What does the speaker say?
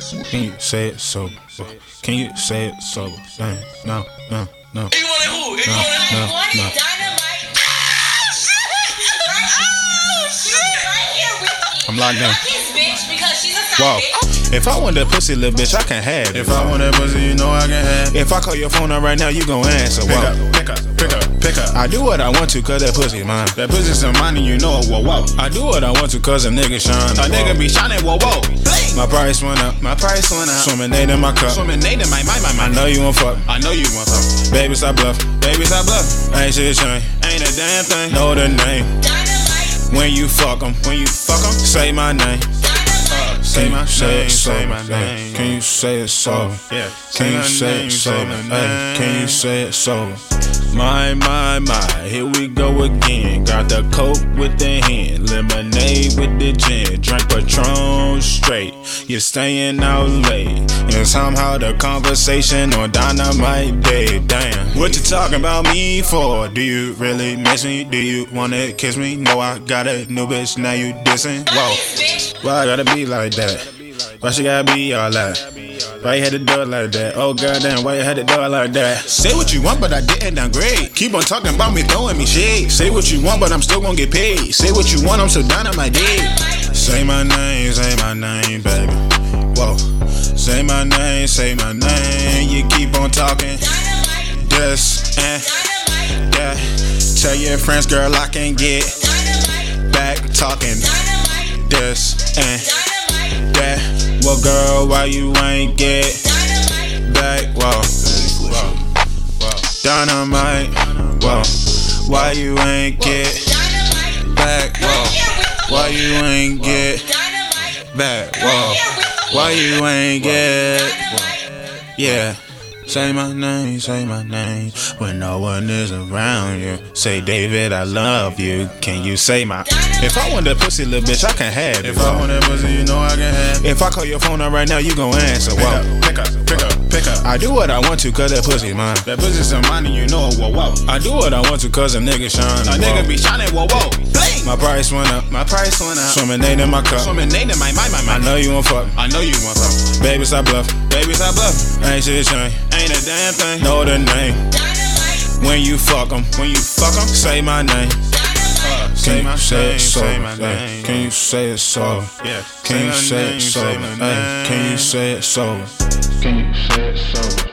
Can you say it sober? Can you say it sober? Damn, no, no, no, If you want it, who? If you want it, no, who? no. I'm locked in. Wow. If I want that pussy, little bitch, I can have it. If I want that pussy, you know I can have. it. If I call your phone up right now, you gon' answer. Pick Wow. up, pick up, pick up, pick up. I do what I want to, cause that pussy mine. That pussy some money, you know it. Whoa, whoa. I do what I want to, cause a nigga shine. A nigga be shining. Whoa, whoa. My price went up. My price went up. Swimming eight in my cup. Swimming Nathan, my my my I my. know you won't fuck. I know you want some. Baby, stop bluff. Baby, stop bluff. Ain't shit changed. Ain't a damn thing. Know the name. When you fuck 'em, when you fuck 'em, say my name. Say my name, it say sober? my name. Oh, Can you say it sober? Yeah. Can you my say name, it sober? my Hey, can you name. say it sober? My, my, my, here we go again. Got the coke with the hand, lemonade with the gin. Drink Patron straight, you're staying out late. And somehow the conversation on dynamite day, damn. What you talking about me for? Do you really miss me? Do you wanna kiss me? No, I got a new bitch, now you dissing. Whoa. Why I gotta be like that? Why she gotta be all that? Why you had to do it like that? Oh goddamn, why you had to do it like that? Say what you want, but I didn't downgrade. Keep on talking about me, throwing me shade. Say what you want, but I'm still gonna get paid. Say what you want, I'm still down on my day. Say my name, say my name, baby. Whoa. Say my name, say my name. You keep on talking. This and that. Tell your friends, girl, I can get back talking. This and that. Well, girl, why you ain't get back? Whoa. Whoa. Whoa. Dynamite. Whoa. Why you ain't get back, whoa. Why you Oh. ain't get back, whoa. Why you ain't get, yeah. Say my name, say my name. When no one is around you, say David, I love you. Can you say my? If I want that pussy, little bitch, I can have it. If I want that pussy, you know I can have. it. if I call your phone up right now, you gon' answer. Pick Whoa. up, pick up, pick up, pick up. I do what I want to, cause that pussy mine. That pussy some money, you know it. Whoa, whoa. I do what I want to, cause a nigga shine. A nigga be shining. Whoa, whoa. Bling. My price went up. My price went up. Swimming eight in my cup. Swimming Nathan, my my my I my. know you won't fuck. I know you want some. Baby, stop bluff. Baby, stop bluff. Ain't shit changed. Ain't a damn thing. Know the name. When you fuck 'em, when you fuck 'em, say my name. Say Can my you say name, it say sober? my Hey, name. Can you say it sober? Yeah. Can you my say name, it sober? my Hey, Can you name. say it sober? Can you say it sober?